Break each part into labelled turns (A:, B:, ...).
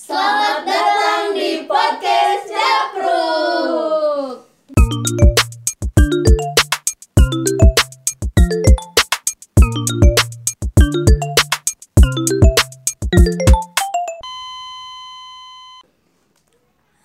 A: Selamat datang di podcast Capruk.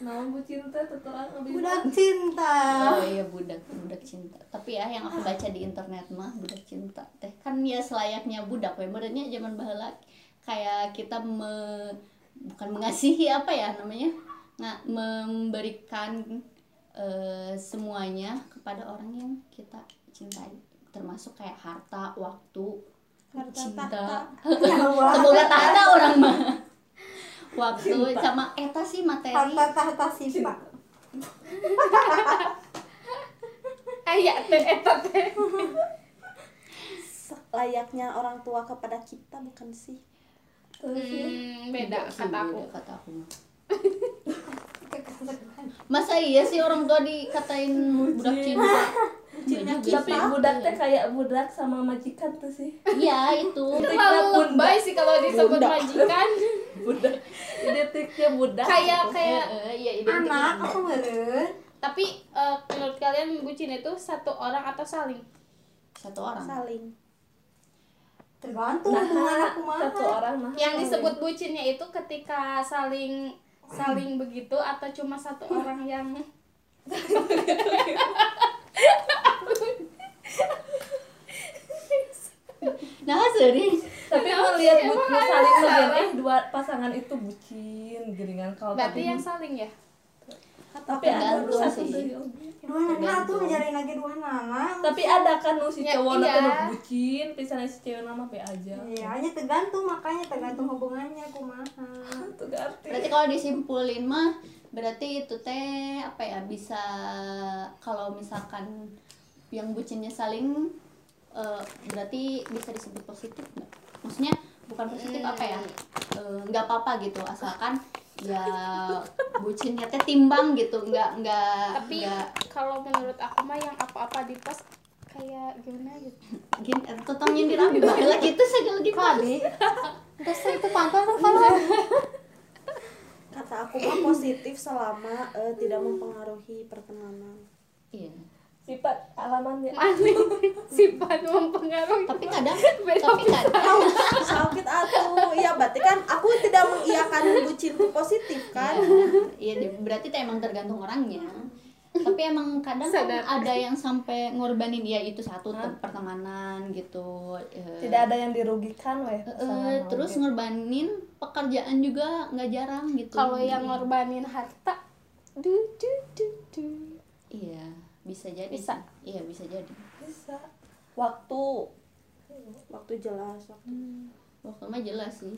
B: Namamu cinta terterang abis
C: Budak cinta.
A: Oh iya budak, budak cinta. Tapi ya yang aku baca di internet mah budak cinta teh kan ya selayaknya budak. we. Sebenarnya zaman bahala kayak kita me- bukan mengasihi apa ya namanya nggak memberikan eh, semuanya kepada orang yang kita cintai termasuk kayak harta, waktu,
C: Harta
A: cinta.
C: tahta. Ya
A: Semoga tahta orang mah. Waktu sama eta sih materi.
C: Harta tahta sifat.
B: Ayak teh eta teh
C: Layaknya orang tua kepada kita bukan sih?
B: Hmm, beda
A: Beda sih,
B: kata aku
A: beda kata aku mah. Masa iya sih orang tua dikatain budak cinta? Iya juga
D: tapi
A: sih.
D: budak teh kayak budak sama majikan tuh sih
A: Iya itu.
B: Terlalu lebay sih kalau disebut majikan
D: budak identiknya budak
B: Kayak kayak
A: Eh, eh, iya identik.
C: Anak aku meren.
B: Tapi eh, menurut kalian bucin itu satu orang atau saling?
A: Satu orang.
C: Saling. Nah, Tergantung hubungan aku mah.
D: satu orang nah
B: Yang disebut bucinnya itu ketika saling saling begitu atau cuma satu orang yang
A: Nah, sering.
D: tapi aku lihat buku saling melihat eh dua pasangan itu bucin geringan kalau
B: berarti
D: Oh, tapi
B: yang saling ya?
D: tapi ada nu
A: Tergantung
D: satu
A: sih.
D: tuh. ya
C: Dua anak tuh ngejalin lagi dua anak.
D: tapi ada kan nu si
B: Ya,
D: cowok nu
B: iya.
D: teh bucin pisan si cewek nama be aja
C: Iya, hanya tergantung makanya tergantung hubungannya aku mah.
D: itu ganti
A: Berarti kalau disimpulin mah berarti itu teh apa ya bisa kalau misalkan yang bucinnya saling eh, berarti bisa disebut positif nggak? Maksudnya bukan positif apa ya? Eh, nggak apa-apa gitu asalkan ya bucinnya teh timbang gitu nggak nggak
B: Tapi
A: nggak-
B: kalau menurut aku mah yang apa-apa di pos kayak gimana gitu
A: gini eh, totong nyindir abi baheula gitu segala gitu
C: Terus itu pantau tuh
B: Iya.
C: kalau kata aku mah positif selama eh, tidak mempengaruhi pertemanan.
A: iya
D: sifat alamannya
A: Ah.
B: Maling sifat mempengaruhi
A: tapi kadang
B: Beda
A: tapi kadang
C: sakit atuh ya berarti kan aku tidak mengiyakan bucin itu positif kan
A: Iya, deh, berarti teh emang tergantung orangnya. Tapi emang kadang kan
B: Sadar.
A: ada yang sampai ngorbanin ya itu satu tem- pertemanan gitu. eh,
D: tidak ada yang dirugikan
A: eh,
D: weh pasangan mah,
A: terus
D: gitu.
A: ngorbanin pekerjaan juga nggak jarang gitu.
B: kalau yang ngorbanin harta du du du du
A: Iya, bisa jadi.
B: Bisa.
A: sih. Iya, bisa jadi.
D: bisa
C: waktu waktu jelas
D: Eh,
C: waktu
A: Waktu mah jelas sih.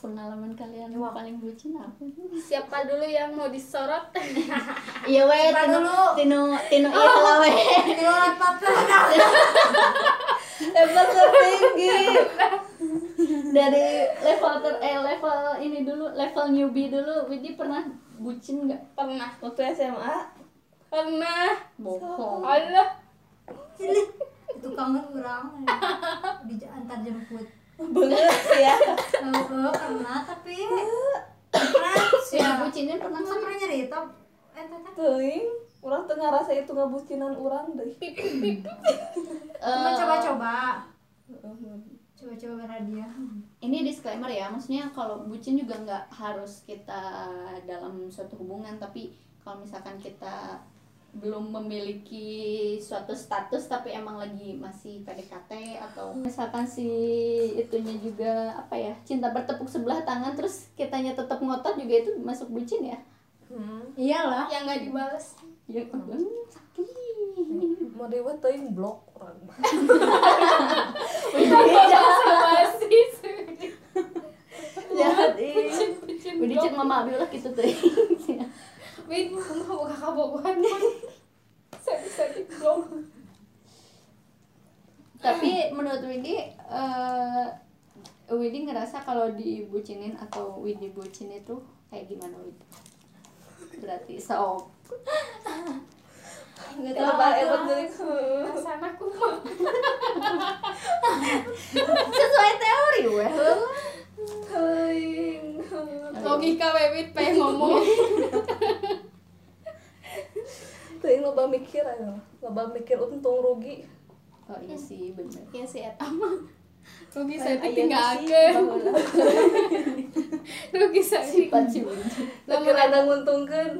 A: Pengalaman kalian yang paling bucin apa?
B: siapa dulu yang mau disorot
A: Iya, weh,
C: Coba
A: tino,
C: dulu.
A: tino, tino, iya lah, weh.
C: level tertinggi
A: Dari level ter, eh level ini dulu, level newbie dulu, Widi pernah bucin nggak?
B: pernah
D: waktu SMA
B: pernah
A: bohong
B: Allah
C: cilik itu kamu kurang di antar jemput
D: bener sih ya
C: oh pernah tapi pernah
A: ya bucinin Iya. pernah Eh, nggak
C: pernah nyerita entah
D: teuing urang teu ngarasa itu ngabucinan urang deui
A: Eh,
C: coba-coba
D: Hmm.
C: coba-coba beradia
A: ini disclaimer ya maksudnya kalau bucin juga nggak harus kita dalam suatu hubungan tapi kalau misalkan kita belum memiliki suatu status tapi emang lagi masih PDKT atau misalkan si itunya juga apa ya cinta bertepuk sebelah tangan terus kitanya tetap ngotot juga itu masuk bucin ya
D: Hmm.
A: iyalah
B: yang nggak dibales
A: ya, hmm, sakit
D: mau dewa teuing blok urang mah.
B: basi
D: Ya,
A: jahat ih.
D: iya.
B: bucin
A: Udah cek mama abi lah gitu tuh.
B: win mau buka kabogohan sakit sakit dong
A: Tapi menurut Widi, eh Widi ngerasa kalau dibucinin atau Widi bucin itu kayak gimana Widi? Berarti sok.
D: Nggak tahu apa yang penting.
B: perasaan aku mah
A: Sesuai teori, well.
B: Ika Wewit pengen ngomong
D: Teuing loba mikir ayo. Loba mikir untung rugi.
A: oh iya sih bener
B: ya si Eta mah rugi saya
C: Lain
B: tinggal
C: ayeuna
B: ke
C: sih, baheula.
B: rugi saya
A: sifat si bucin
D: Leukeun ada nguntungkeun.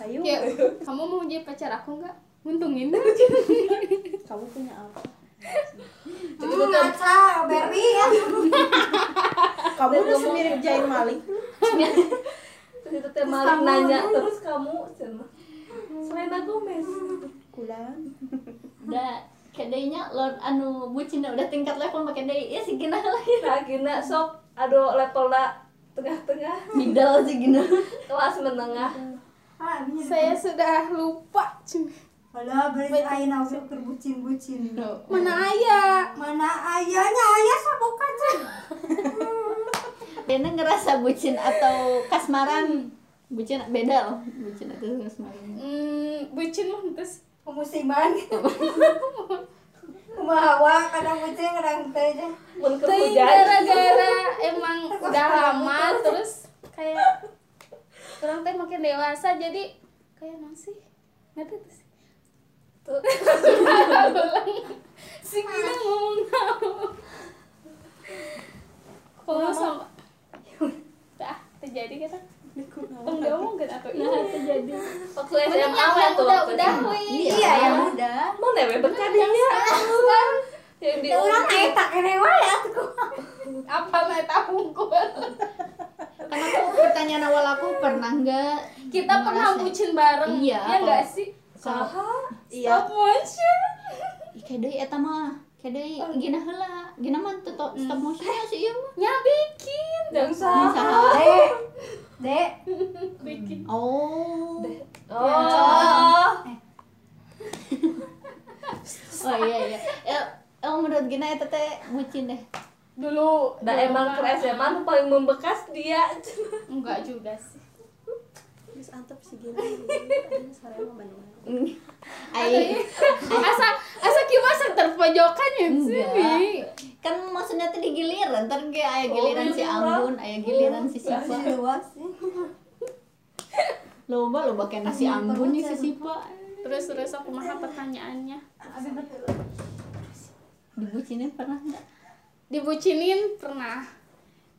C: Hayu,
B: Ya, kamu mau jadi pacar aku nggak? Untungin deh.
C: kamu punya apa?
E: Hmm, ngaca, Berry ya.
C: Kamu udah semirip Jain Malik.
D: Terus itu teh Malik nanya terus kamu cenah. Selena Gomez.
C: Kulan.
A: da kedainya lord anu bucin udah tingkat level make deui ya sih gina lah
D: Nah, gina sok ado levelna tengah-tengah,
A: middle sih gina
D: kelas menengah.
A: Ah,
B: Saya sudah lupa. cuy.
E: Alah, Berry ayeuna oge keur bucin-bucin.
B: Mana ayah?
E: Mana ayahnya ayah sabuk kaca.
A: Dena ngerasa bucin atau kasmaran bucin beda loh bucin atau kasmaran
B: Hmm, bucin mah terus.
E: Musiman. Kumaha kadang bucin kadang teh teh.
D: Mun ke
B: Tapi
D: hujan.
B: gara-gara emang udah lama terus kayak orang teh makin dewasa jadi kayak nang sih ngerti tuh sih tuh Ulang. si
E: Ah,
B: kita ngomong naon. kalau sama dah terjadi kita enggak mungkin atau iya terjadi
D: Waktu
B: Mending
D: SMA
B: yang
D: mah
B: yang
D: tuh
B: udah
D: waktu
B: udah
A: Oh,
D: SMA.
B: wih
E: Iya, yang
A: udah
D: Mau newe berkadinya. Yang di
E: Ya urang aya tak kene wae atuh.
B: apa lah tahu
A: karena aku pertanyaan awal aku pernah nggak
B: kita pernah
A: ngerasa-
B: bucin bareng
A: Iya,
B: ya nggak
A: kalau-
B: sih
A: kalau
C: Iya.
B: stop motion
A: Ih, kedai eta mah kedai gina heula gina mah tuh to- stop motion sih ieu mah
B: nya Ya, bikin
D: Yang
A: Ini
D: saha?
A: saha?
E: Dek. Dek.
B: bikin
A: oh
D: Oh.
A: oh iya iya Eh, eh, menurut gina eta teh bucin deh
B: dulu
D: Nah
B: dulu kan.
D: emang
B: mah.
D: ke SMA nu paling membekas dia.
B: enggak juga sih
C: Terus antep si Gina. Ini sore mah Bandungan.
A: Ai,
B: asa asa kieu asa terpojokan ya sih
A: Enggak.
B: Bi.
A: kan maksudnya tadi giliran ntar ge aya giliran si Ambun aya giliran si Sipa
E: Luas sih.
A: loba loba kena si Ambun nih si Sipa
B: terus terus aku mah pertanyaannya
E: Abi betul.
A: dibucinin pernah nggak
B: dibucinin pernah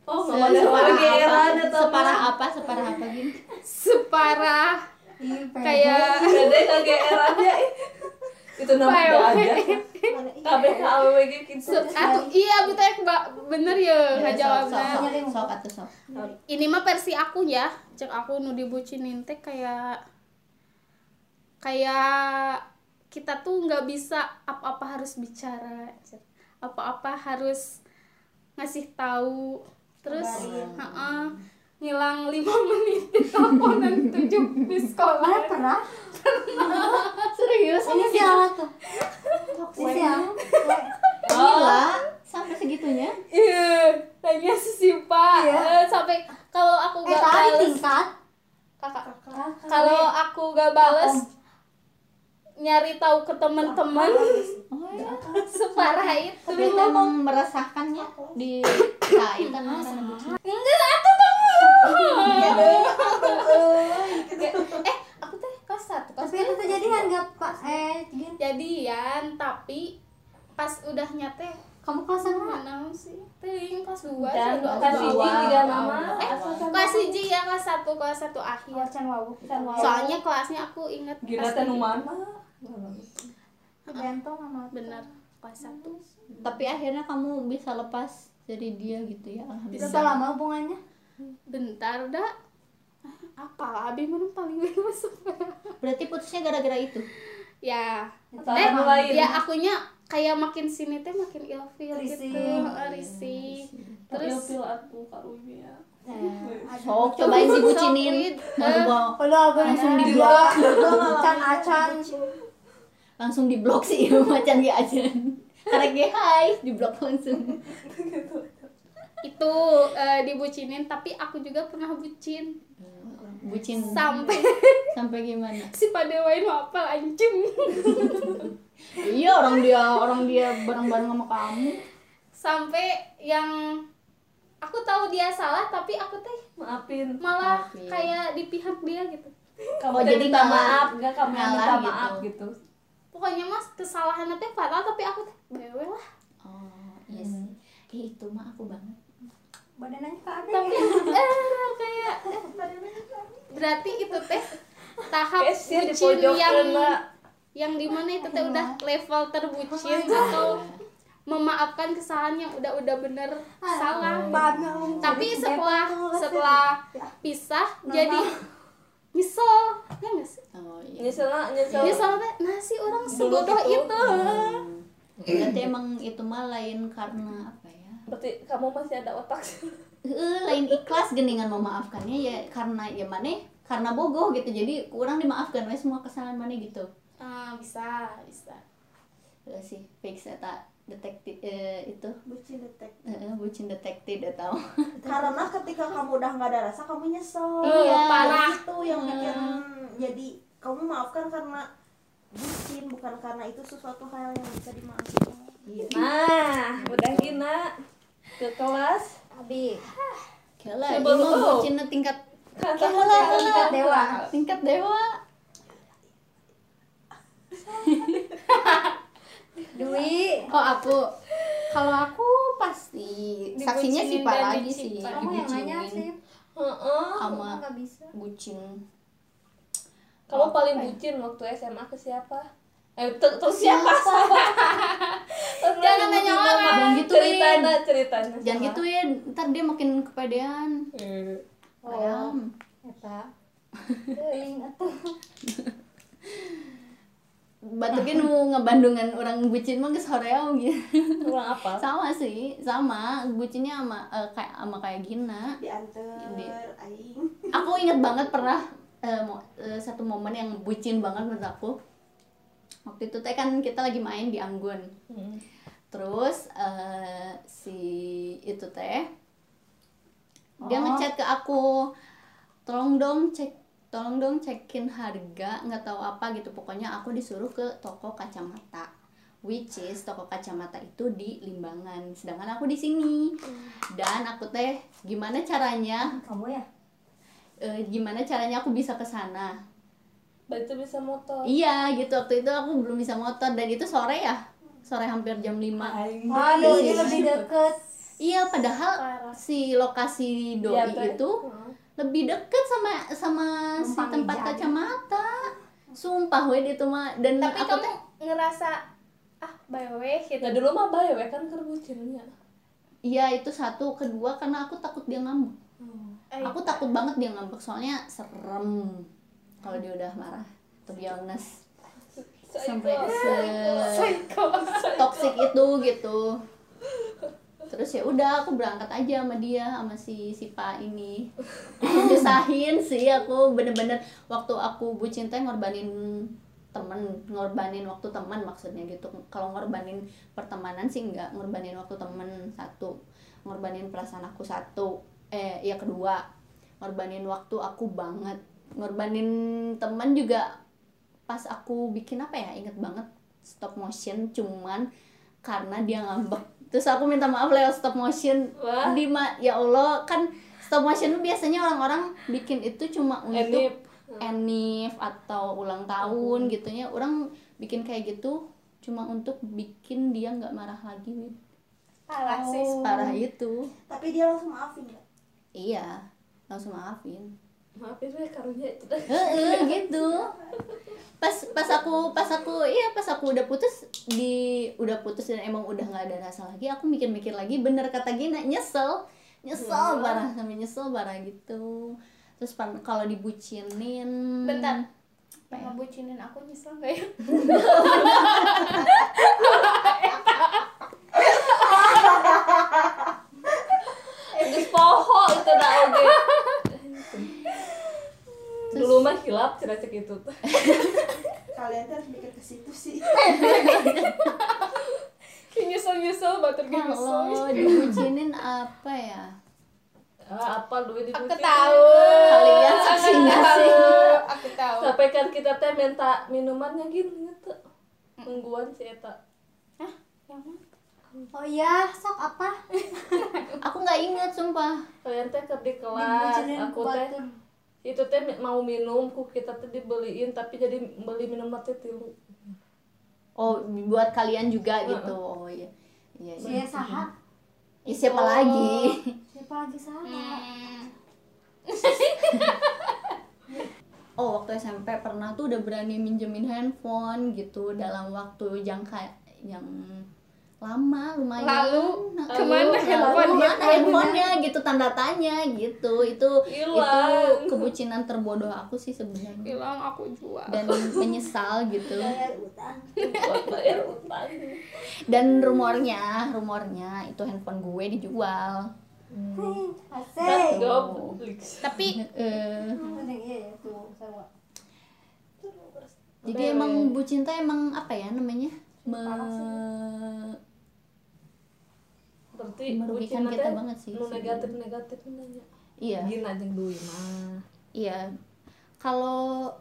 D: Oh,
A: Se-
D: mama
A: separah
D: geran
A: apa
D: atau
A: separah apa separah apa gini
B: separah
E: Ih,
B: kayak
D: Gede kegeran ya. ih. Itu nama
B: Payo.
D: udah ada. Kabeh ka AWG gitu.
B: se- atuh iya betul ya Mbak. bener ya nggak
A: sok
B: jawabnya
A: sok, sok atuh sok
B: ini mah versi aku ya cek aku nu dibucinin teh kayak kayak kita tuh nggak bisa apa-apa harus bicara cek. apa-apa harus ngasih tahu terus heeh, ngilang lima menit di teleponan tujuh di sekolah
E: pernah
A: serius
E: ini siapa tuh? Si siapa?
A: gila sampai segitunya
B: iya tanya si Sipa Eh, sampai kalau aku
E: Eh,
B: gak
E: tadi
B: bales
E: tingkat.
B: kakak kalau aku gak bales nyari tahu ke teman-teman
A: oh iya
B: separah itu
A: tapi itu emang meresahkannya di kain kan karena bucin
B: enggak aku tuh
E: Tapi
B: eh aku teh kelas satu kelas
E: itu
B: dua.
E: terjadi kan enggak Pak? Eh, gini.
B: jadian tapi pas udah nyate
E: Kamu kelas apa?
B: mana sih ting kelas dua
D: Dan
B: kelas dua,
D: kelas
B: kelas
D: hiji
B: dua.
D: kan tiga nama. Eh,
B: kelas hiji ya kelas satu kelas satu akhir
E: Can wawu, can wawu.
B: soalnya kelasnya aku inget
D: Gila
B: pasti.
D: teh nu mana?
E: bentong sama
B: bener kelas satu
A: tapi akhirnya kamu bisa lepas dari dia gitu ya
E: Berapa
A: alhamdulillah
E: lama hubungannya?
B: bentar dah apa abi mana paling masuk
A: berarti putusnya gara-gara itu
B: ya
D: Tanya
B: Eh,
D: nu lain.
B: ya akunya kayak makin sini teh makin ilfil gitu
E: Risih.
B: eh, risih terus
D: Pil-pil aku ya. karunya.
A: sok cobain si bucinin
B: Sok, wit.
A: Aduh,
E: Padahal gue
A: langsung di
E: dua. Can acan.
A: langsung di blok sih macan dia aja karena gue hai di blok langsung
B: itu eh, dibucinin tapi aku juga pernah bucin
A: bucin
B: sampai
D: Hmm.
A: sampai gimana
B: si padewain wapal anjing
A: iya orang dia orang dia bareng-bareng sama kamu
B: sampai yang aku tahu dia salah tapi aku teh
D: maafin
B: malah
A: Oke.
B: kayak di pihak dia gitu
D: kamu
A: Oh,
D: teh
A: jadi
D: minta
A: malah
D: maaf enggak kamu yang
A: ngalah
D: minta
A: gitu.
D: maaf gitu
B: pokoknya mas kesalahan teh fatal tapi aku teh bewe lah
A: oh iya sih Ih, itu mah aku banget
E: badannya ke aneh
B: tapi eh, kayak eh, berarti itu teh tahap
D: Kasian di
B: bucin
D: pojokan,
B: yang
D: Mak.
B: yang dimana itu teh udah level terbucin atau memaafkan kesalahan yang udah udah bener salah
E: Bahannya lu.
B: tapi
E: Jadi
B: setelah
E: depot tuh,
B: setelah
E: Ya.
B: pisah
E: Normal.
B: jadi nyesel ya nggak sih
A: oh iya
D: nyesel lah nyesel
B: nyesel teh nah si orang
D: Dulu
B: sebodoh
D: gitu.
B: itu
A: Hmm. berarti emang itu mah lain karena apa ya
D: berarti kamu masih ada otak
A: Eh, lain ikhlas geningan memaafkannya ya karena ya maneh karena bogoh gitu jadi kurang dimaafkan we semua kesalahan maneh gitu
B: Ah, bisa bisa
A: Eh, sih fix eta detektif eh, itu
C: bucin detektif
A: eh, eh, bucin detektif atau
C: karena ketika kamu udah nggak ada rasa kamu nyesel Nah,
B: Eh,
A: Iya.
B: parah Hmm.
C: itu yang bikin jadi kamu maafkan karena bucin bukan karena itu sesuatu hal yang bisa dimaafkan
A: Iya.
D: nah udah gina ke kelas
E: Abi.
A: Kala, ini
D: Sebelum
A: mah
D: lu.
A: bucinnya tingkat
D: kata
E: Kita dewa.
A: tingkat dewa.
B: Iya.
E: Dwi.
A: Oh aku, kalau aku pasti
D: Dibucinin
A: saksinya sih
D: dan
A: pak lagi sih
D: diciptain.
E: Kamu yang
B: Iya,
E: nanya sih.
A: dibucinin
D: Heeh.
E: Kamu
A: sama
E: nggak bisa.
A: bucin.
D: kamu paling bucin waktu SMA ke siapa eh ter- terus siapa
B: Jangan nanya orang.
A: Jangan
D: gitu
A: gituin.
D: ceritanya ceritanya
A: Jangan gitu ya, ntar dia makin kepedean.
D: Eh,
E: Oh.
A: Ayam.
E: Eta. Teuing atuh.
A: Batukin nu ngebandungan orang bucin mah geus hoream gitu.
D: kurang apa
A: Sama sih, sama bucinnya sama eh, kayak sama kayak Gina.
B: Iya.
C: diantar aing
A: aku inget banget pernah eh, mo- eh, satu momen yang bucin banget menurut aku waktu itu teh kan kita lagi main di Anggun
D: Hmm.
A: terus eh, si itu teh dia ngechat ke aku tolong dong cek tolong dong cekin harga nggak tahu apa gitu pokoknya aku disuruh ke toko kacamata which is toko kacamata itu di Limbangan sedangkan aku di sini dan aku teh gimana caranya
E: Kamu ya?
A: eh, gimana caranya aku bisa ke sana
D: Berarti bisa motor
A: iya gitu waktu itu aku belum bisa motor dan itu sore ya sore hampir jam 5
E: Aduh, ini lebih deket.
A: iya padahal
B: Parah.
A: si lokasi doi
D: Iya, betul.
A: itu lebih deket sama sama si
E: Numpang
A: tempat
E: ijazah.
A: kacamata sumpah weh itu mah dan
B: tapi
A: aku
B: kamu
A: teh
B: ngerasa ah bawe gitu
D: Nah dulu mah bae we kan keur bucinnya.
A: iya itu satu kedua karena aku takut dia ngambek
B: Eh,
A: aku takut banget dia ngambek soalnya serem kalau dia udah marah to be honest sampai se toxic itu gitu terus ya udah aku berangkat aja sama dia sama si si pak ini nyusahin sih aku bener-bener waktu aku bucin teh ngorbanin temen ngorbanin waktu teman maksudnya gitu kalau ngorbanin pertemanan sih enggak ngorbanin waktu temen satu ngorbanin perasaan aku satu eh ya kedua ngorbanin waktu aku banget ngorbanin teman juga pas aku bikin apa ya inget banget stop motion cuman karena dia ngambek terus aku minta maaf lewat stop motion
D: Wah.
A: di ma- ya Allah kan stop motion tuh biasanya orang-orang bikin itu cuma untuk
D: Enip.
A: enif atau ulang tahun gitunya orang bikin kayak gitu cuma untuk bikin dia nggak marah lagi Wid.
B: parah sih
A: parah itu
C: tapi dia langsung maafin ya. nggak
A: iya langsung maafin
D: Maafin we ya, karunya itu dah.
A: Heeh, gitu pas pas aku pas aku iya pas aku udah putus di udah putus dan emang udah nggak ada rasa lagi aku mikir-mikir lagi bener kata Gina nyesel nyesel parah sampai nyesel parah gitu terus pan- kalau dibucinin
B: bentar pengen bucinin aku nyesel gak ya
D: Geus poho itu dah oge. Dulu mah hilap ceracek itu teh.
C: kalian tuh harus mikir ke situ sih
B: nyesel nyesel batur ge
A: kalau
B: nyesel
A: dibucinin apa ya
D: Ah, apa duit dibucin.
B: aku tahu
A: kalian saksi nggak Iya sih
B: aku tahu
D: Sampai kan kita teh minta minumannya gini gitu. Mingguan si gitu. eta.
B: yang mana
E: Oh iya, sok apa?
A: aku nggak inget sumpah
D: kalian teh ke di kelas
E: Dibujinin
D: aku teh
E: batur.
D: itu teh mau minum ku kita teh dibeliin tapi jadi beli minum teh tilu
A: oh buat kalian juga gitu oh iya iya,
E: Si
A: iya.
E: saha?
A: Ih, siapa lagi
E: Siapa lagi
B: Hmm.
E: saha?
A: oh waktu SMP pernah tuh udah berani minjemin handphone gitu dalam waktu jangka yang lama lumayan
B: Lalu, eh,
A: Nah,
B: kemana handphone
A: lalu mana
B: handphone?
A: handphonenya gitu tanda tanya gitu itu
D: Hilang.
A: itu kebucinan terbodoh aku sih sebenarnya
B: bilang aku jual
A: dan menyesal gitu
C: bayar utang
D: buat bayar utang
A: dan rumornya rumornya itu handphone gue dijual
E: Hmm, Asik.
D: goblok
B: tapi
A: Eh,
E: Mending iya ya tuh sama.
B: ya?
A: jadi emang bu cinta emang apa ya namanya Me-
D: berarti
A: Merugikan
D: bucin
A: kita
D: teh
A: banget sih
D: nu
A: sebenarnya.
D: negatif negatif nanya
A: iya
D: gina jeung duit mah
A: iya kalau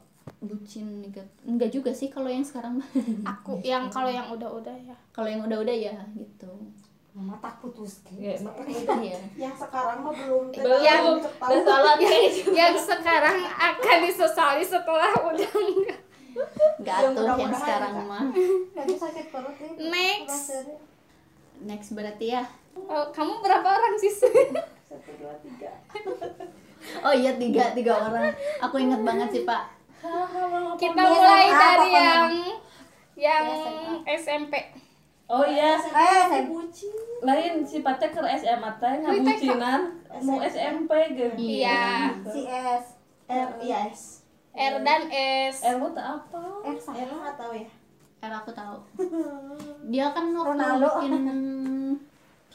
A: bucin negatif enggak juga sih kalau yang sekarang mah.
B: aku yang kalau yang udah-udah ya
A: kalau yang udah-udah ya gitu
E: Mama tak putus.
D: ya mata
A: iya
C: yang sekarang mah belum
D: belum udah salah guys
B: yang sekarang akan disesali setelah udah enggak
A: enggak
C: Yang
A: tuh yang
C: mudah-mudahan
A: sekarang
C: enggak.
A: mah
E: Lagi sakit perut ya, nih.
B: Next.
E: Basir.
A: next berarti ya
B: Oh, kamu berapa orang sih
C: satu dua tiga
A: oh iya tiga tiga orang aku inget banget sih pak
B: kita mulai
E: Apa,
B: dari
E: Pak?
B: yang yang SMP
D: oh iya
E: Eh, saya
D: bucin lain sifatnya ke SMA teh ngabucinan mau SMP ge Gitu.
B: iya
E: si S.
C: R iya S
B: R dan S
D: Eh, teh apa?
E: Eh, saha?
C: R nggak tahu ya
A: karena aku tahu dia kan waktu
E: Ronaldo.
A: bikin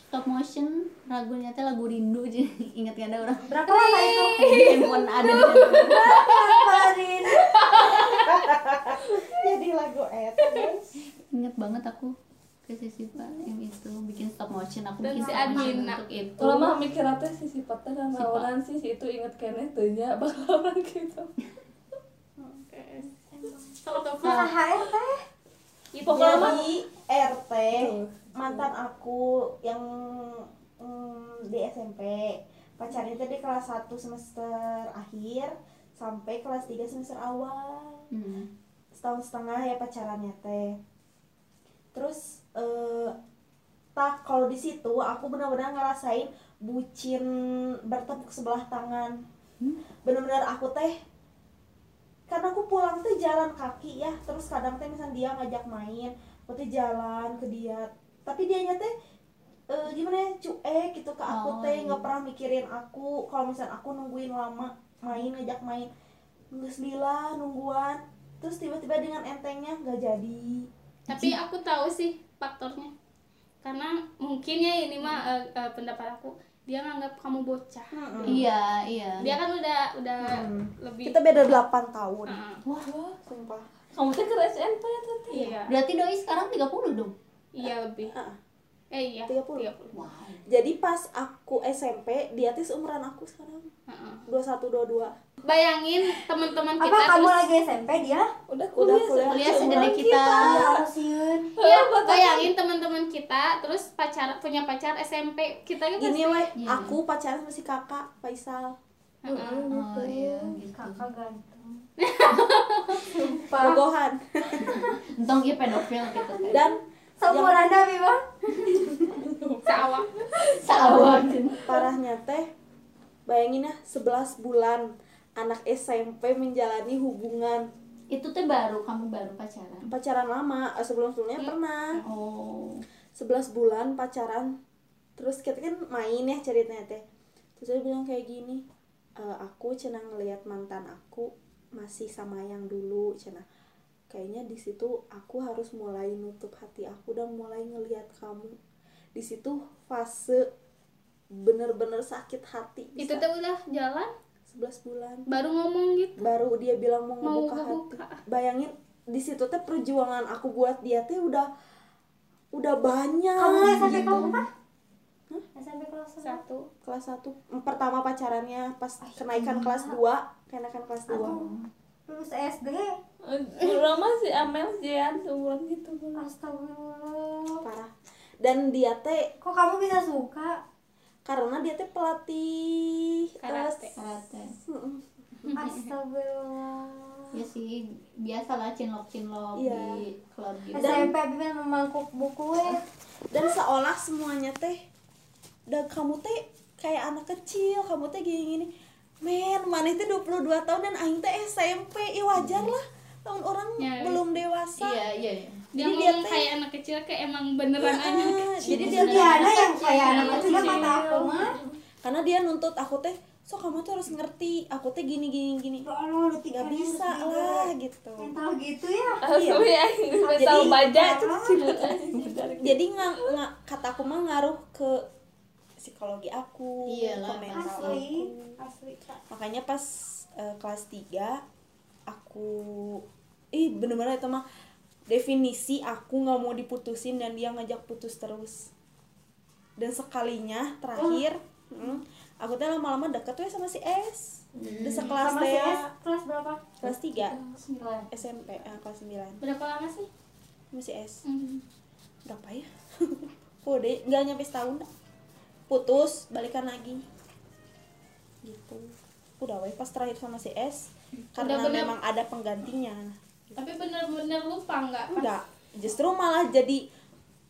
A: stop motion lagunya teh lagu rindu jadi ingat gak ada orang
E: Berapa lama itu?
A: handphone ada di situ.
E: Kemarin.
C: jadi lagu eta guys
A: ingat banget aku ke sisi pak yang itu bikin stop motion aku
B: Dan
A: bikin
B: si
A: stop motion
B: Adina.
A: untuk itu
D: Kalau mah mikir teh si sifatnya kan lawanan sih si itu inget kene teu nya bakal orang gitu.
E: Saha RT?
B: itu
D: Pokoknya mah
C: jadi RT
D: Tuh.
C: mantan aku yang mm, di SMP pacarnya itu di kelas 1 semester akhir sampai kelas 3 semester awal
A: Hmm.
C: setahun setengah ya pacarannya teh terus eh tak kalau di situ aku benar-benar ngerasain bucin bertepuk sebelah tangan
A: Hmm?
C: benar-benar aku teh karena aku pulang tuh jalan kaki ya terus kadang teh misalnya dia ngajak main aku teh jalan ke dia tapi dia teh eh, gimana ya cuek gitu ke
A: Oh,
C: aku teh
A: iya.
C: nggak pernah mikirin aku kalau misalnya aku nungguin lama main ngajak main nunggu lila nungguan terus tiba-tiba dengan entengnya nggak jadi
B: tapi aku tahu sih faktornya karena mungkin ya ini mah eh, eh, pendapat aku dia nganggap kamu bocah
A: iya iya
B: dia kan udah udah lebih eh,
C: kita beda 8 tahun
B: Heeh.
C: sumpah
D: kamu teh ke SMP tuh teh.
B: iya
A: berarti doi sekarang 30 dong
B: iya lebih
C: Heeh.
B: eh iya
C: 30.
B: 30.
A: wow
C: Ah. jadi pas aku SMP dia tuh seumuran aku sekarang
B: Heeh.
C: 21 22
B: bayangin teman-teman kita
E: Apa kamu
B: terus-
E: lagi SMP dia?
D: Udah kuliah,
C: Udah kuliah.
A: kuliah Iya,
D: seumuran
A: sedede kita
E: Harus siun.
B: Iya, bayangin teman-teman kita terus pacar punya pacar SMP kita kan
C: ini
B: pasti-
C: weh
A: Iya.
C: aku pacaran sama si kakak Faisal
B: Heeh.
A: oh iya gitu
E: Kakak ganteng.
C: Bogohan
A: entong iya pedofil gitu teh.
C: dan
E: Seumuran Nabi, Bang.
B: Sawa.
A: Sawan.
C: parahnya teh bayangin ya 11 bulan anak SMP menjalani hubungan
A: itu teh baru kamu baru pacaran
C: pacaran lama sebelum sebelumnya pernah
A: oh
C: 11 bulan pacaran terus kita kan main ya ceritanya teh terus dia bilang kayak gini "E, aku cina ngelihat mantan aku masih sama yang dulu cina kayaknya di situ aku harus mulai nutup hati aku dan mulai ngelihat kamu di situ fase bener-bener sakit hati
B: Itu
C: bisa.
B: tuh udah jalan
C: 11 bulan
B: baru ngomong gitu.
C: baru dia bilang mau
B: Mau
C: ngebuka hati
B: ngebuka.
C: bayangin di situ teh perjuangan aku buat dia teh udah udah banyak
E: Kamu SMP
C: gitu.
E: kelas apa? SMP kelas apa?
B: Satu.
C: kelas 1 pertama pacarannya pas
B: Ah, iya,
C: kenaikan kelas 2 kenaikan kelas 2
E: Lulus SD.
D: Eh, Urang mah si Amel Jean seumuran gitu.
E: Astagfirullah.
C: parah dan dia teh
E: Kok kamu bisa suka?
C: karena dia teh pelatih eh,
B: Karate.
A: karate
C: Mm-mm.
E: Astagfirullah.
A: ya sih biasalah cinlok cinlok
C: Iya.
A: di klub gitu
E: SMP Bibi memangkuk buku ya.
C: dan seolah semuanya teh dan kamu teh kayak anak kecil kamu teh gini gini men maneh teh 22 tahun dan aing teh SMP ya wajar lah tahun orang
B: Ya.
C: belum dewasa
A: iya iya iya.
B: dia
C: Jadi dia
B: ngomong
C: teh-
B: kayak anak kecil kayak emang beneran
C: Heeh,
B: anak kecil
C: jadi
E: Jadi
C: dia Iya,
E: dia ada yang
B: kecil,
E: kayak anak
B: anak
E: kecil
B: kecil.
E: kata aku mah.
C: karena dia nuntut aku teh so kamu tuh harus ngerti aku teh gini gini gini
E: Ya Allah, udah
B: Iya,
E: tiga
C: nggak
E: hari
C: bisa
E: udah tiga
C: lah
E: hari.
C: gitu
E: Mental gitu ya.
D: Asli ya, gue
C: Jadi-
D: tahu baja terus cimut aja.
C: jadi nggak nggak kata aku mah ngaruh ke psikologi aku
A: Iyalah,
C: ke mental
E: Asli,
C: aku
E: asli Kak.
C: makanya pas eh, kelas 3 aku ih bener-bener itu mah definisi aku nggak mau diputusin dan dia ngajak putus terus dan sekalinya terakhir mm, aku tuh lama-lama deket tuh ya sama si S udah sekelas
E: Sama
C: deh ya,
E: CS kelas berapa?
C: kelas 3
E: Sembilan.
C: SMP eh, kelas 9
B: berapa lama sih
C: sama si S
A: Mm-hmm.
B: Hmm.
C: berapa ya udah nggak nyampe setahun dah. putus balikan lagi gitu udah weh pas terakhir sama si S karena
B: bener.
C: memang ada penggantinya
B: tapi bener-bener lupa nggak pas
C: enggak justru malah jadi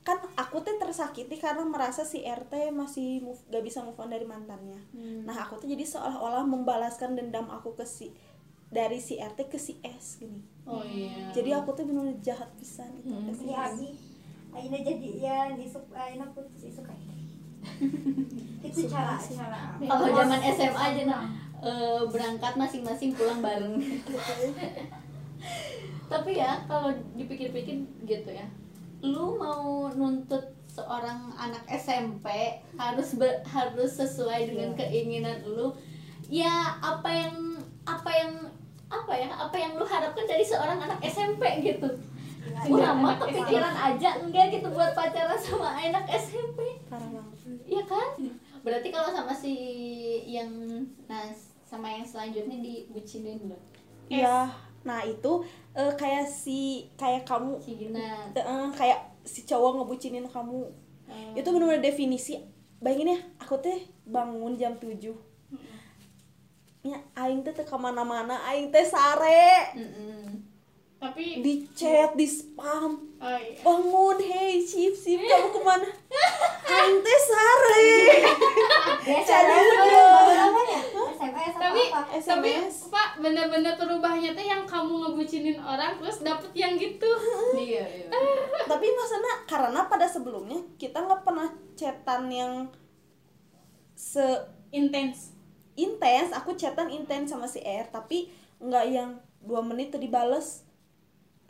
C: kan aku teh tersakiti karena merasa si RT masih move, gak bisa move on dari mantannya
A: Hmm.
C: nah aku tuh jadi seolah-olah membalaskan dendam aku ke si dari si RT ke si S gini
A: oh iya Hmm.
C: jadi aku tuh bener jahat pisan gitu ke si
E: Si
C: S.
E: Abi. Ayeuna jadian isuk ayeuna putus isuk aja. Itu cara cara.
A: kalau zaman SMA aja nah eh, berangkat masing-masing pulang bareng tapi ya kalau dipikir-pikir gitu ya lu mau nuntut seorang anak SMP harus ber- harus sesuai dengan keinginan lu ya apa yang apa yang apa ya apa yang lu harapkan dari seorang anak SMP gitu ulama kepikiran aja enggak gitu buat pacaran sama anak SMP
C: parah banget
A: Iya kan? Berarti kalau sama si yang nah sama yang selanjutnya dibucinin dong.
C: Iya. Nah itu eh, kayak si kayak kamu
A: Si Gina.
C: eh, kayak si cowok ngebucinin kamu.
B: Oh.
A: Eh,
C: Itu benar-benar definisi. Bayangin ya, aku teh bangun jam 7 Ya, aing teh teu kemana-mana, aing teh sare,
A: mm-mm.
B: tapi
C: di chat, di spam,
B: oh iya.
C: bangun, hey, sip, sip, kamu kemana? Aing teh sare.
E: Biasanya berapa ya? SMA sama
B: tapi
E: apa?
B: tapi
C: SMS.
B: pak bener-bener perubahannya teh yang kamu ngebucinin orang terus dapet yang gitu
A: Iya, iya.
C: Tapi maksudnya karena pada sebelumnya kita nggak pernah chatan yang se
B: intens
C: intens aku chatan intens sama si R tapi nggak yang dua menit tuh dibales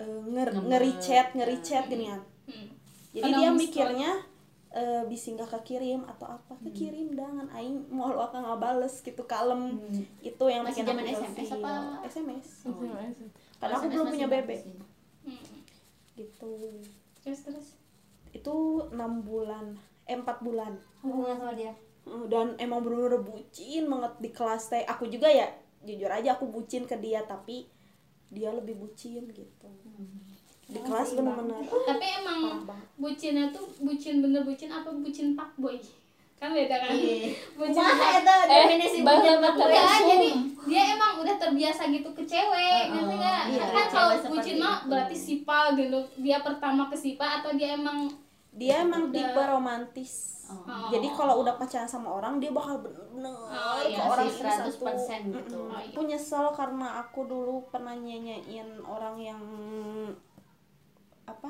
C: eh, nger
A: Ngemer.
C: ngeri chat ngeri
A: Nah,
C: chat ginian
B: Hmm.
C: jadi
B: Karena
C: dia
B: miss
C: mikirnya eh bisa nggak kekirim atau apa
A: Hmm.
C: kekirim dangan aing mau lu akan ngabales gitu kalem
A: Hmm.
C: itu yang
A: Masih
C: bikin
A: zaman
C: aku "Iya,
A: SMS
C: ilfeel.
A: apa?
C: SMS
A: Oh, iya.
C: karena
A: Kalau
C: aku
A: SMS
C: belum punya
A: masih
C: BB
A: bagus sih.
B: Hmm.
C: gitu
B: terus terus
C: itu enam bulan eh, empat bulan
E: Hubungan sama dia.
C: Eh, dan emang bener-bener bucin banget di kelas teh aku juga ya jujur aja aku bucin ke dia tapi dia lebih bucin gitu di kelas bener-bener
B: tapi emang bucinnya tuh bucin bener bucin apa bucin pak boy kan beda kan
A: Iya.
B: bucin
A: Kumaha
B: pak-
A: eta
D: Eh,
A: definisi
D: baru
A: bucin mah
D: makan
A: gue.
B: Enggak,
D: langsung.
B: jadi dia emang udah terbiasa gitu ke cewek
A: Heeh,
B: gitu kan
A: iya,
B: kan
A: cewek
B: kalau
A: seperti
B: bucin mah
A: itu.
B: berarti sipa gitu dia pertama ke sipa atau dia emang
C: dia emang
B: Udah.
C: tipe romantis
A: Oh.
C: jadi kalau udah pacaran sama orang dia bakal bener-bener
B: Oh,
C: ke
A: iya
C: orang
A: sih,
C: ini satu.
A: 100% gitu.
C: Mm-mm.
B: Oh, iya.
C: aku nyesel karena aku dulu pernah nyanyain orang yang apa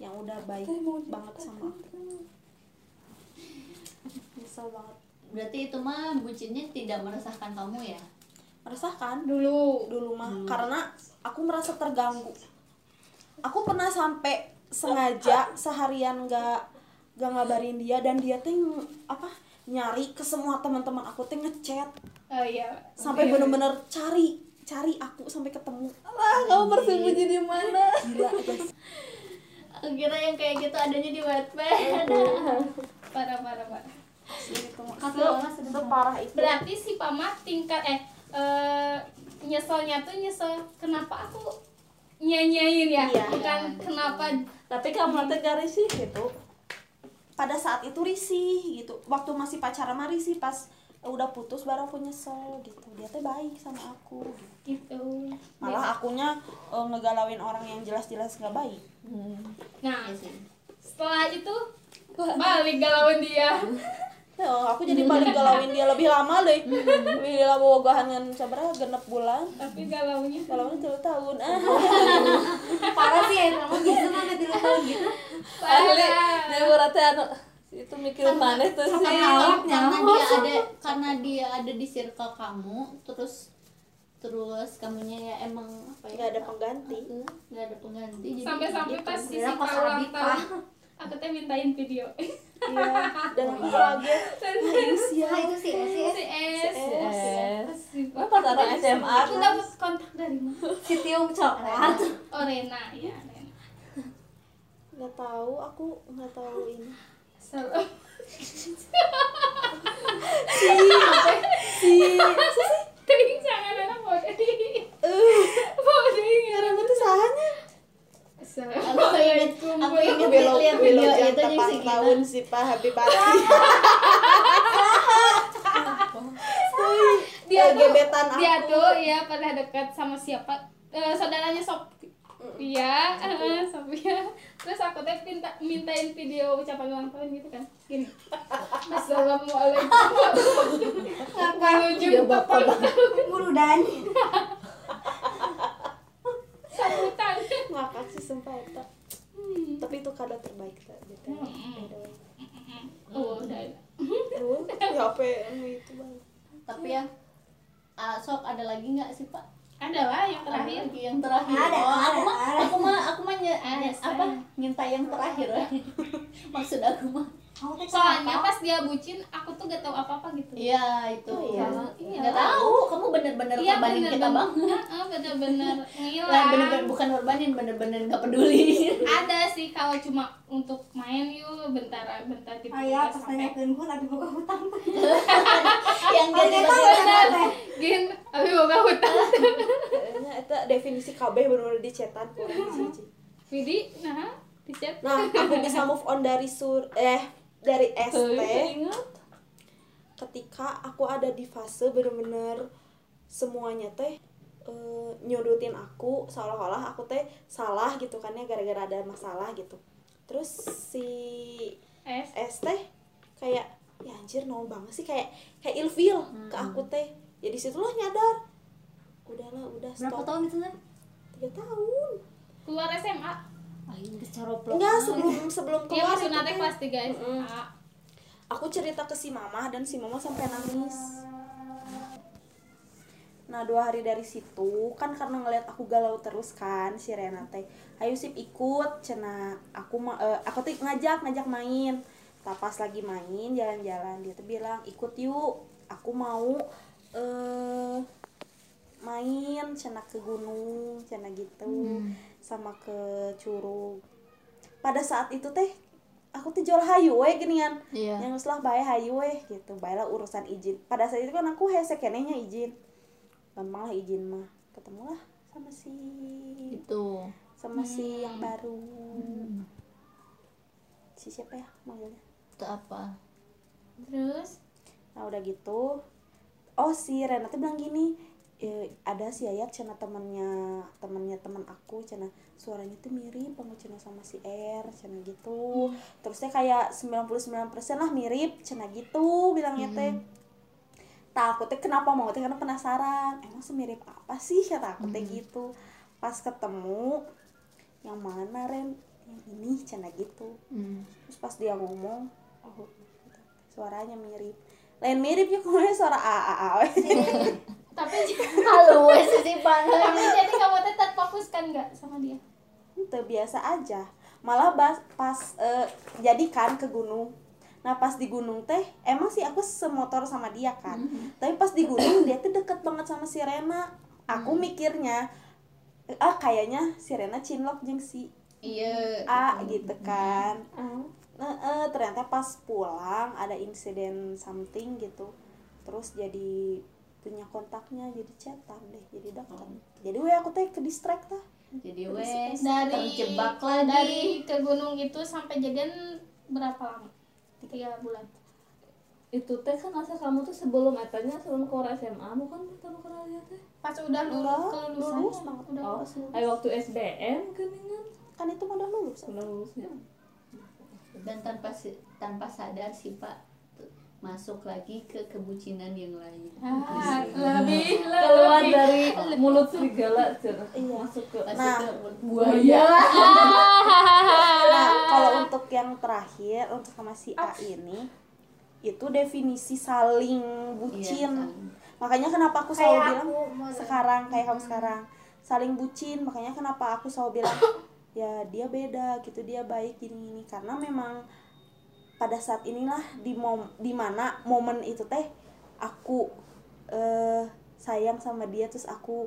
C: yang udah baik banget sama aku nyesel banget
A: Berarti itu mah bucinnya tidak meresahkan kamu ya?
C: meresahkan
B: dulu
C: dulu mah karena aku merasa terganggu aku pernah sampai sengaja seharian nggak nggak ngabarin dia dan dia tuh ng- apa nyari ke semua teman-teman aku tuh ngechat
B: oh iya
C: sampai
B: Iya.
C: bener-bener cari cari aku sampai ketemu
D: Ah, kamu bersembunyi di mana?
C: gila guys.
A: Kira yang kayak gitu adanya di Wattpad.
B: Eh, parah parah parah
E: Katulungan
C: Kan
E: sudah
C: separah itu
B: berarti si pama tingkat eh eh, nyeselnya tuh nyesel kenapa aku nyanyain ya
C: Iya.
B: bukan kenapa
D: Tapi kamu teh garis sih gitu.
C: pada saat itu risih gitu waktu masih pacaran mah risih pas udah putus baru aku nyesel gitu dia teh baik sama aku gitu.
B: gitu
A: Iya.
C: malah akunya eh, ngegalauin orang yang jelas-jelas nggak baik
B: nah
A: Iya sih.
B: setelah itu balik galauan dia
C: Ya, aku jadi balik galauin dia lebih lama deh.
B: Hmm.
C: Bila bogohan dengan sabaraha genep bulan,
B: tapi galaunya
C: galauin 3 tahun. Ah.
E: parah sih ya kamu gitu mah udah tiga tahun gitu
D: Asli,
B: parah
D: dia berarti anu itu mikirin mana tuh sih.
A: karena, karena dia ada karena dia ada di circle kamu terus terus kamunya ya emang apa ya
C: Nggak ada pengganti.
A: Eh, nggak ada pengganti jadi gitu.
B: sampai-sampai pas si
E: Dia
B: Sita
E: pas
B: ulang
E: Habib,
B: tahun aku teh mintain video
C: Iya, dan aku kaget. Iya,
E: nah itu sih si
B: si S
D: Yes.
B: si
D: Wah, pas anak SMA
B: aku dapat kontak dari mana
E: si tiung coklat
B: oh Rena ya Rena
C: Nggak tahu, aku nggak tahu ini.
B: Selalu.
C: Si
B: Ting jangan ada body.
C: eh
B: Body.
C: karena tuh sahanya.
A: aku inget aku
B: Iya,
A: inget lihat video
C: jam
A: itu jadi
C: tepang
A: si kita
C: tahun si Pak Habib Pati.
B: Dia
C: Dia
B: tuh
C: Eh, gebetan aku.
B: dia tuh ya pernah dekat sama siapa? Eh, saudaranya Sop. Iya, eh, Sophia. Terus aku teh minta mintain video ucapan ulang tahun gitu kan. Gini. Assalamualaikum. Menuju
E: Iya,
B: tepang
E: bulu dan
B: sambutan.
C: ngakak sih sumpah eta. Tapi itu kado terbaik gitu. lah BTW.
B: Oh, udah.
C: Oh, ya apa yang itu banget.
A: tapi ya ah, sok ada lagi nggak sih pak
B: Ada lah yang terakhir.
A: Ada lagi yang terakhir
E: Ada,
A: Oh, aku
E: ada,
A: mah
E: ada.
A: aku mah aku mah nye- nye-
B: Ada.
A: apa minta yang terakhir ya. maksud aku mah
E: kamu tuh
B: Soalnya
E: kenapa?
B: pas dia bucin, aku tuh gak tahu apa-apa gitu.
A: iya itu
C: Oh, iya.
A: nggak
B: Iya.
A: tahu kamu bener-bener Iya.
B: Iya
A: korbanin
B: bener-bener-
A: kita bang
B: Heeh, bener-bener
A: Lah,
B: ngilang.
A: bener-bener bukan korbanin bener-bener nggak peduli
B: Ada sih kalau cuma untuk main yuk bentar-bentar gitu.
E: oh ya
B: nggak
E: pas
B: sampai-
E: nanya pun tapi buka hutang
A: yang
E: oh
A: dia
E: dia tahu
A: tiba-tiba-
E: teh
B: Gin, abi boga hutang.
C: Kayaknya itu definisi KB benar-benar dicetan kurang sih.
B: Vidi, nah, di chat.
C: Nah, aku bisa move on dari sur eh dari
D: Tuh,
C: ST
D: ingat.
C: ketika aku ada di fase bener-bener semuanya teh eh, nyodotin aku seolah-olah aku teh salah gitu kan ya gara-gara ada masalah gitu. Terus si
B: S.
C: S teh kayak ya anjir no banget sih kayak kayak ilfil ke aku teh. Ya, Jadi situlah nyadar. Udahlah, udah
E: berapa
C: stop.
E: tahun itu teh
C: Tiga tahun.
B: Keluar SMA.
E: ayo kecaroplok
C: Enggak, sebelum sebelum
B: Dia
C: keluar
B: masuk
C: itu kan.
B: nanti
C: teh.
B: kelas 3
C: Mm-mm.
B: SMA.
C: aku cerita ke si mama dan si mama sampai nangis nah dua hari dari situ kan karena ngeliat aku galau terus kan si Renate ayo sip ikut cena aku ma- eh, aku tuh ngajak ngajak main tapas lagi main jalan-jalan dia tuh bilang ikut yuk aku mau eh main cena ke gunung cena gitu sama ke curug pada saat itu teh aku tuh jual hayu we ginian
A: Iya.
C: yang setelah bae hayu we gitu bae lah urusan izin pada saat itu kan aku hese kenehnya izin gampang lah izin mah ketemulah sama si
A: itu
C: sama si yang baru si siapa ya manggilnya
A: itu apa
B: Terus
C: Nah udah gitu, oh si Renate bilang gini, "E, ada si Yayat cina temennya temennya teman aku cina suaranya tuh mirip banget cina sama si R cina gitu terusnya kayak 99% lah mirip cina gitu bilangnya teh takutnya kenapa mau teh karena penasaran emang semirip apa sih kata aku teh gitu pas ketemu yang mana Ren yang ini cina gitu
A: Hmm.
C: terus pas dia ngomong oh gitu. suaranya mirip lain miripnya kemana suara a a a we.
E: Iya.
B: tapi
A: halo wes sih banget
B: tapi jadi kamu teh terfokus kan nggak sama dia?
C: itu biasa aja malah bas, pas eh, jadi kan ke gunung nah pas di gunung teh emang sih aku semotor sama dia kan tapi pas di gunung dia tuh deket banget sama si Rena aku mikirnya ah kayaknya si Rena cinlok jeung si
A: iya
C: A gitu kan Nah, eh, ternyata pas pulang ada insiden something gitu terus jadi punya kontaknya jadi cetan deh jadi deket jadi we aku teh ke distract lah
A: jadi wes
B: Dari
A: terjebak lagi
B: dari ke gunung itu sampai jadian berapa lama? tiga bulan
D: itu teh kan asal kamu tuh sebelum etanya sebelum keluar SMA bukan kamu keluar ya teh
B: pas udah lulus kelulusan
C: lulus
B: udah
C: banget.
D: oh
B: lulus lulus.
D: ayo waktu SBM geningan
C: kan itu mah udah lulus
D: sebelum lulusnya
A: dan tanpa si- tanpa sadar si pak tuh masuk lagi ke kebucinan yang lain
B: Ah, lebih
D: keluar
B: lebih
D: dari mulut serigala Cen. masuk ke
A: Masuk
C: Nah,
A: ke buaya
C: nah kalau untuk yang terakhir untuk sama si A ini itu definisi saling
A: Iya,
C: bucin
A: kan.
C: makanya kenapa aku selalu
E: Kayak
C: bilang
E: aku mau-
C: sekarang kayak kamu sekarang saling bucin makanya kenapa aku selalu bilang ya dia beda gitu dia baik gini gini karena memang pada saat inilah di mom di mana momen itu teh aku eh sayang sama dia terus aku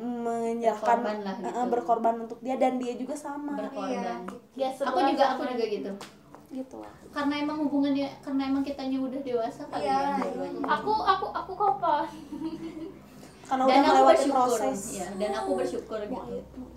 C: menyerahkan
A: Berkorban lah gitu.
C: eh, berkorban untuk dia dan dia juga sama
A: berkorban
E: Iya,
A: aku
E: sebelah
A: juga aku
E: sama-
A: juga gitu
C: gitu lah
A: karena emang hubungannya karena emang kitanya udah dewasa kali
E: Iya,
A: ya
E: iya.
A: dua-duanya.
B: aku aku aku kopa
C: karena
A: dan aku
C: udah
A: iya.
C: melewati
A: bersyukur
C: proses
A: ya dan aku bersyukur gitu